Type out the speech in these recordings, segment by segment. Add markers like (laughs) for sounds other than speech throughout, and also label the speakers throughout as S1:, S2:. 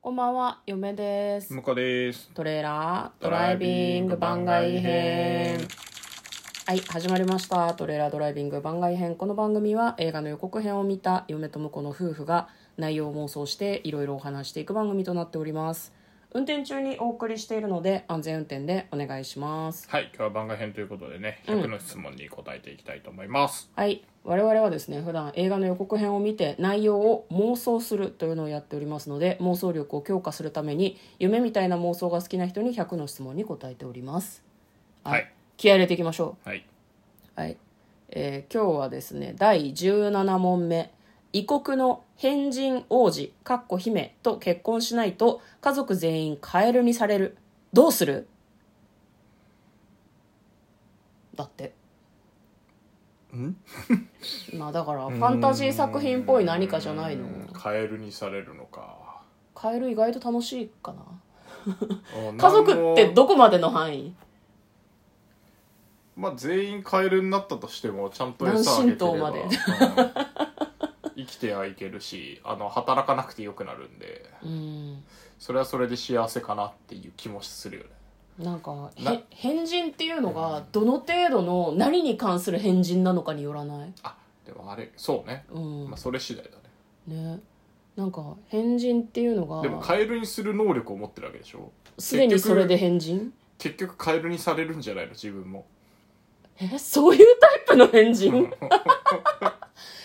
S1: こんばんは、嫁です。
S2: 向こうです。
S1: トレーラードライビング番外編。はい、始まりました。トレーラードライビング番外編。この番組は映画の予告編を見た嫁と婿の夫婦が内容を妄想していろいろお話していく番組となっております。運転中にお送りしているので安全運転でお願いします。
S2: はい、今日は番外編ということでね、100の質問に答えていきたいと思います。
S1: はい我々はですね普段映画の予告編を見て内容を妄想するというのをやっておりますので妄想力を強化するために夢みたいな妄想が好きな人に100の質問に答えております
S2: はい、
S1: 気合い入れていきましょ
S2: はい、
S1: うはい、えー今日はですね第17問目異国の変人王子かっこ姫と結婚しないと家族全員カエルにされるどうするだって (laughs) まあだからファンタジー作品っぽい何かじゃないの
S2: カエルにされるのか。
S1: カエル意外と楽しいかな (laughs) 家
S2: 家
S1: 族ってどこまでの範囲
S2: まあ、全員カエルになったとしても、ちゃんと
S1: 何
S2: 餌あ
S1: 神
S2: げて
S1: 道
S2: れ
S1: ま
S2: ば
S1: で (laughs)
S2: うん生きてはいけるし、あの、働かなくてよくなるんで、
S1: うん
S2: それはそれで幸せかなっていう気もするよね。
S1: なんかへ
S2: な
S1: 変人っていうのがどの程度の何に関する変人なのかによらない
S2: あ、でもあれ、そうね。
S1: うん
S2: まあ、それ次第だね。
S1: ねなんか変人っていうの
S2: でも、
S1: が
S2: カエルにする能力を持ってるわけでしょ
S1: すでにそれで変人
S2: 結局、カエルにされるんじゃないの自分も。
S1: えそういうタイプの変
S2: う
S1: 人
S2: ん
S1: (laughs)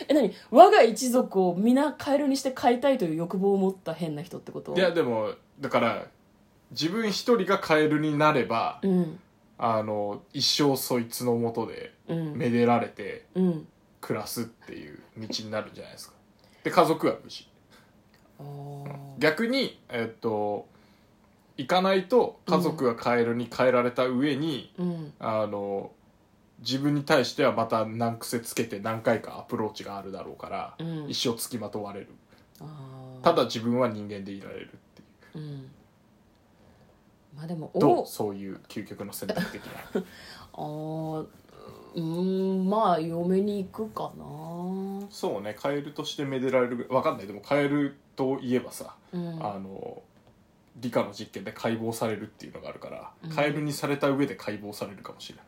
S1: え何我が一族を皆カエルにして飼いたいという欲望を持った変な人ってこと
S2: いやでもだから自分一人がカエルになれば、
S1: うん
S2: あの一生そいつのもとで
S1: うん
S2: めでられて
S1: うん
S2: 暮らすっていう道になるんじゃないですかで家族は無事
S1: あー
S2: 逆にえっと行かないと家族がカエルに変えられた上に、
S1: うん
S2: あの自分に対してはまた難癖つけて何回かアプローチがあるだろうから、
S1: うん
S2: 一生つきまとわれる
S1: あー
S2: ただ自分は人間でいられるって
S1: う
S2: いう
S1: んまあでも
S2: どう
S1: お
S2: そういう究極の選択的な (laughs)
S1: あーうーんまあ嫁に行くかな
S2: そうねカエルとしてめでられるぐらいわかんないでもカエルといえばさ、
S1: うん
S2: あの理科の実験で解剖されるっていうのがあるから、
S1: うん
S2: カエルにされた上で解剖されるかもしれない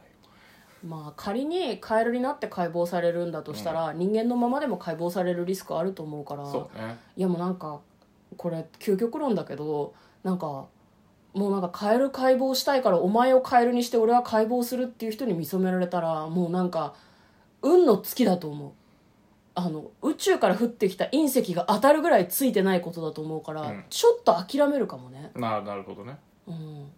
S1: まあ仮にカエルになって解剖されるんだとしたら、人間のままでも解剖されるリスクあると思うから
S2: そうね
S1: いやもうなんかこれ究極論だけどなんかもうなんかカエル解剖したいからお前をカエルにして俺は解剖するっていう人に見初められたらもうなんか運の尽きだと思うあの宇宙から降ってきた隕石が当たるぐらいついてないことだと思うから、
S2: うん
S1: ちょっと諦めるかもね
S2: ななるほどね
S1: うん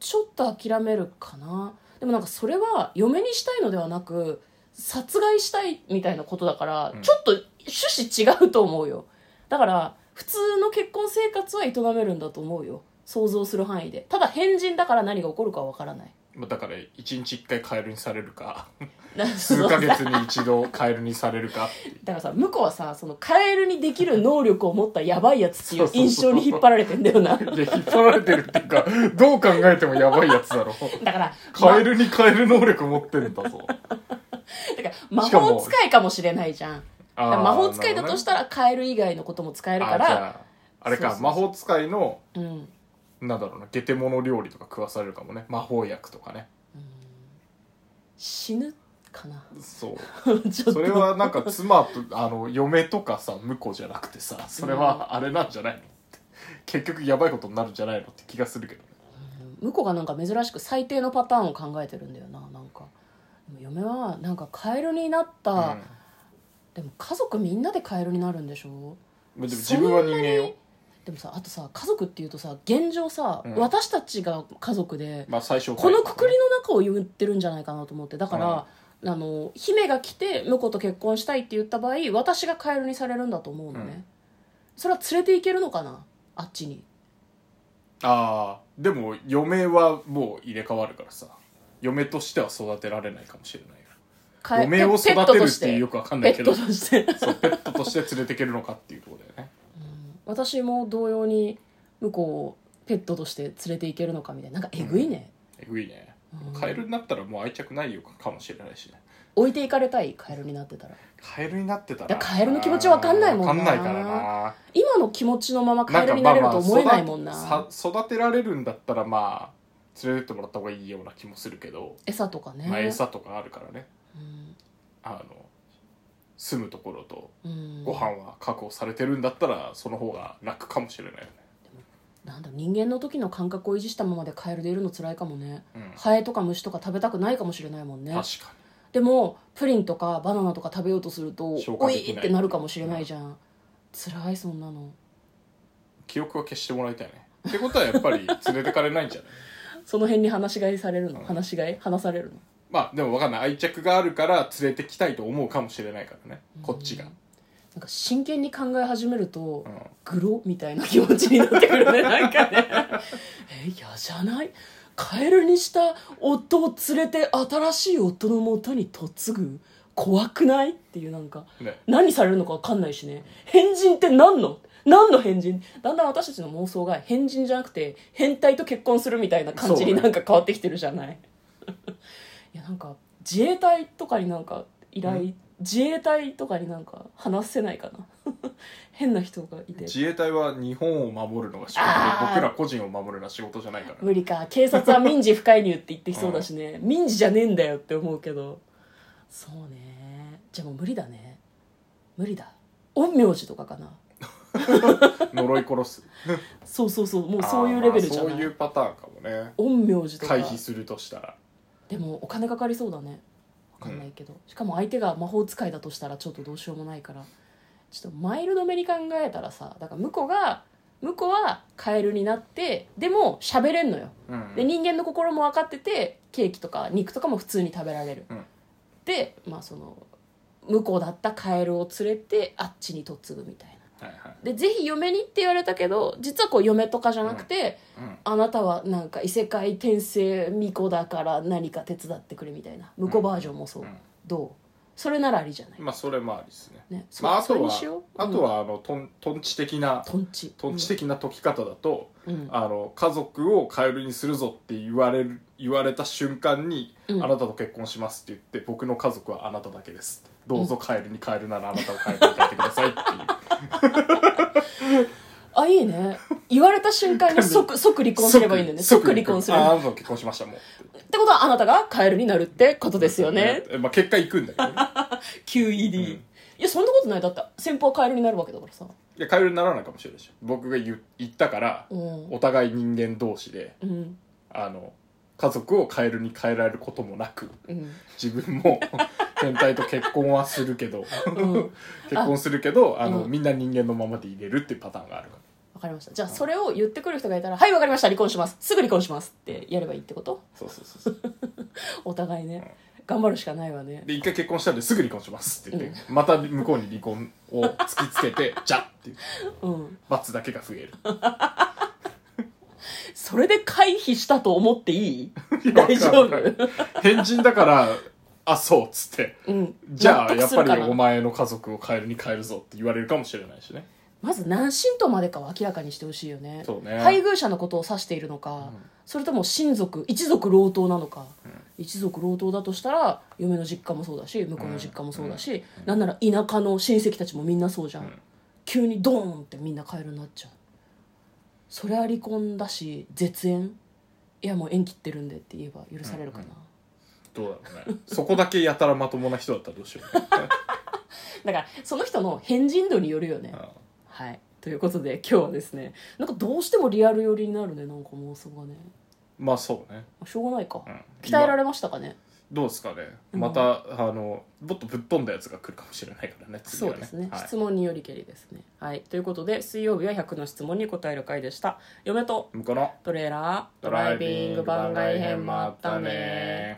S1: ちょっと諦めるかなでもなんかそれは嫁にしたいのではなく殺害したいみたいなことだから、
S2: うん
S1: ちょっと趣旨違うと思うよだから普通の結婚生活は営めるんだと思うよ想像する範囲でただ変人だから何が起こるかは分からない
S2: まあだから1日1回カエルにされ
S1: (laughs)
S2: るか
S1: な
S2: 数ヶ月に一度カエルにされるかっていう
S1: (laughs) だからさ向こうはさそのカエルにできる能力を持ったやばいやつっていう
S2: そうそうそ
S1: 印象
S2: う
S1: に引っ張られてんだよな
S2: いや引っ張られてるっていうかどう考えてもやばいやつ
S1: (laughs)
S2: だろ
S1: だから
S2: カエルに変える能力持ってるんだぞ
S1: まだから魔
S2: しか
S1: 法
S2: も
S1: 使いかもしれないじゃんだから魔法使いだとしたたらカエル以外のことも使えるか
S2: あじ
S1: ら
S2: ゃああれ
S1: そうそ
S2: か
S1: うそう
S2: 魔法使いの
S1: うん
S2: なんだろうな、ゲテモノ料理とか食わされるかもね。魔法薬とかね。
S1: 死ぬかな (laughs)
S2: そう。
S1: ちょっと
S2: (laughs) それはなんか妻と、あの、嫁とかさ、婿じゃなくてさ、それはあれなんじゃないの結局やばいことになるんじゃないのって気がするけどね。
S1: 向こうがなんか珍しく最低のパターンを考えてるんだよななんかでも嫁はなんかカエルになった、でも家族みんなでカエルになるんでしょ
S2: うん、でも自分は人間よ。
S1: でもさあとさ家族っていうとさ現状さ、
S2: うん
S1: 私たちが家族で
S2: まあ最初は
S1: このくくりの中を言ってるんじゃないかなと思ってだから、あの姫が来て婿と結婚したいって言った場合私がカエルにされるんだと思うのね、
S2: うん
S1: それは連れていけるのかなあっちに
S2: ああ、でも嫁はもう入れ替わるからさ。嫁としては育てられないかもしれないよ。
S1: カエ
S2: 嫁を
S1: ペ
S2: 育てるって
S1: ペットとし
S2: よくわかんな
S1: ペ
S2: いけ
S1: ット
S2: ど、
S1: として (laughs)
S2: そう、ペットとして連れてけるのかっていうところだよね。
S1: 私も同様に向こうをペットとして連れていけるのかみたいななんかえぐいね、
S2: えぐいね
S1: うん。
S2: カエルになったらもう愛着ないよかもしれないしね。
S1: 置いていかれたいカエルになってたら
S2: カエルになってた
S1: いや
S2: ら
S1: カエルの気持ちわかんないもんな
S2: わかんないからな
S1: 今の気持ちのままカエルにな
S2: まあ
S1: れる
S2: まあ
S1: と思えないもんな
S2: 育てさ育てられるんだったらまあ連れてってもらった方がいいような気もするけど、
S1: 餌とかね、
S2: まあ、餌とかあるからね
S1: うん
S2: あの住むところと
S1: うん
S2: ご飯は確保されてるんだったらその方が楽かもしれないよね、
S1: なんだろう人間の時の感覚を維持したままでカエルでいるの辛いかもね
S2: うん、
S1: ハエとか虫とか食べたくないかもしれないもんね
S2: 確か
S1: でもプリンとかバナナとか食べようとすると
S2: 消
S1: お
S2: 化
S1: い
S2: できない
S1: ってなるかもしれないじゃん辛いそんなの
S2: に記憶は消してもらいたいねってことはやっぱり連れてかれないんじゃない
S1: その辺に話し飼いされるの、
S2: うん
S1: 話し飼い話されるの
S2: まあでも分かんない愛着があるから連れてきたいと思うかもしれないからねこっちが、
S1: なんか真剣に考え始めると、
S2: うん
S1: グロみたいな気持ちになってくるね (laughs) なんかねえ嫌じゃないカエルにした夫を連れて新しい夫のもとに嫁ぐ怖くないっていうなんか
S2: ね
S1: 何されるのか分かんないしね変人って何の何の変人だんだん私たちの妄想が変人じゃなくて変態と結婚するみたいな感じに
S2: そうね
S1: なんか変わってきてるじゃない、 (laughs) いやなんか自衛隊とかになんか依頼、
S2: う
S1: 自衛隊とかになんか話せないかな (laughs) 変な人がいて
S2: 自衛隊は日本を守るのが仕事で
S1: あー
S2: 僕ら個人を守るのは仕事じゃないからね
S1: 無理か警察は民事不介入って言ってきそうだしね、民事じゃねえんだよって思うけどそうねじゃあもう無理だね無理だ陰陽師とかかな (laughs)
S2: 呪い殺す
S1: そうそうそうもうそういうレベルじゃ
S2: あーま
S1: な
S2: あそうい
S1: いう
S2: パターンかもね
S1: 陰陽師とか
S2: 回避するとしたら
S1: でもお金かかりそうだねわかんないけど、しかも相手が魔法使いだとしたらちょっとどうしようもないからちょっとマイルドめに考えたらさだから向こうが向こうはカエルになってでも喋れんのよ
S2: うん
S1: で人間の心も分かっててケーキとか肉とかも普通に食べられる、
S2: うん
S1: でまあその向こうだったカエルを連れてあっちに嫁ぐみたいな
S2: はいはい
S1: でぜひ嫁にって言われたけど実はこう嫁とかじゃなくて、
S2: うん
S1: あなたはなんか異世界転生巫女だから何か手伝ってくれみたいな向こうバージョンもそう、
S2: うん
S1: どうそれならありじゃない、
S2: まあそれもありですね
S1: ねそ
S2: まああ
S1: それ
S2: と
S1: に
S2: は
S1: しよう
S2: あとはあのとんとんち的な
S1: とんち
S2: とんち的な解き方だと
S1: うんうん
S2: あの家族をカエルにするぞって言われる言われた瞬間に、
S1: うん
S2: あなたと結婚しますって言って僕の家族はあなただけですどうぞカエルに変えるならあなたを変えていただいてくださいっていう
S1: あいいね言われた瞬間に
S2: (laughs)
S1: 即即離 (laughs) 婚すればいいんだよね即離婚する
S2: ああなたと結婚しましたもん
S1: ってことはあなたがカエルになるってことですよね
S2: えまあ結果行くんだけどね
S1: (laughs) QED、
S2: うん
S1: いやそんなことないだって先方はカエルになるわけだからさ
S2: いやカエルにならないかもしれないし僕が言う言ったから
S1: うん、
S2: お互い人間同士で
S1: うん
S2: あの家族をカエルに変えられることもなく
S1: うん
S2: 自
S1: (laughs)
S2: 分も変態と結婚はするけど (laughs)
S1: うん、
S2: 結婚するけどあの、
S1: うん
S2: みんな人間のままで入れるっていうパターンがあるか
S1: わかりましたじゃあそれを言ってくる人がいたら「はいわかりました離婚しますすぐ離婚します」ってやればいいってこと
S2: らそうそうそうそう
S1: お互いね頑張るしかないわね
S2: (laughs) で一回結婚したんですぐ離婚しますって言って、また向こうに離婚を突きつけて (laughs) じゃっっていう
S1: うん
S2: 罰だけが増える
S1: それで回避したと思っていい
S2: いやわかん
S1: (laughs) 大丈夫
S2: ない (laughs) 変人だからあそうっつって
S1: うん
S2: じゃあ
S1: 納
S2: や
S1: 得
S2: っ
S1: す
S2: ぱ
S1: るかな
S2: りお前の家族を変えるに変えるぞって言われるかもしれないしね
S1: まず何神道までかを明らかにしてほしいよね
S2: そうね
S1: 配偶者のことを指しているのか、それとも親族一族老党なのか、一族老党だとしたら嫁の実家もそうだし向こうの実家もそうだし、なんなら田舎の親戚たちもみんなそうじゃん、
S2: ん
S1: 急にドーンってみんなカエルになっちゃうそりゃ離婚だし絶縁いやもう縁切ってるんでって言えば許されるかな、
S2: どうだろうね (laughs) そこだけやたらまともな人だったらどうしよ
S1: (laughs)
S2: うね
S1: だからその人の変人度によるよね、
S2: うん
S1: はいということで今日はですねなんかどうしてもリアル寄りになるねなんか妄想がね
S2: まあそうね
S1: しょうがないか、
S2: うん
S1: 鍛えられましたかね
S2: どうですかね
S1: うん
S2: また、あのもっとぶっ飛んだやつが来るかもしれないからね次
S1: そ
S2: は
S1: う
S2: ね
S1: ですね、
S2: はい
S1: 質問によりけりですねはいということで水曜日は100の質問に答える回でした嫁と
S2: 向こうの
S1: トレーラード
S2: ドライビング番外編もあったね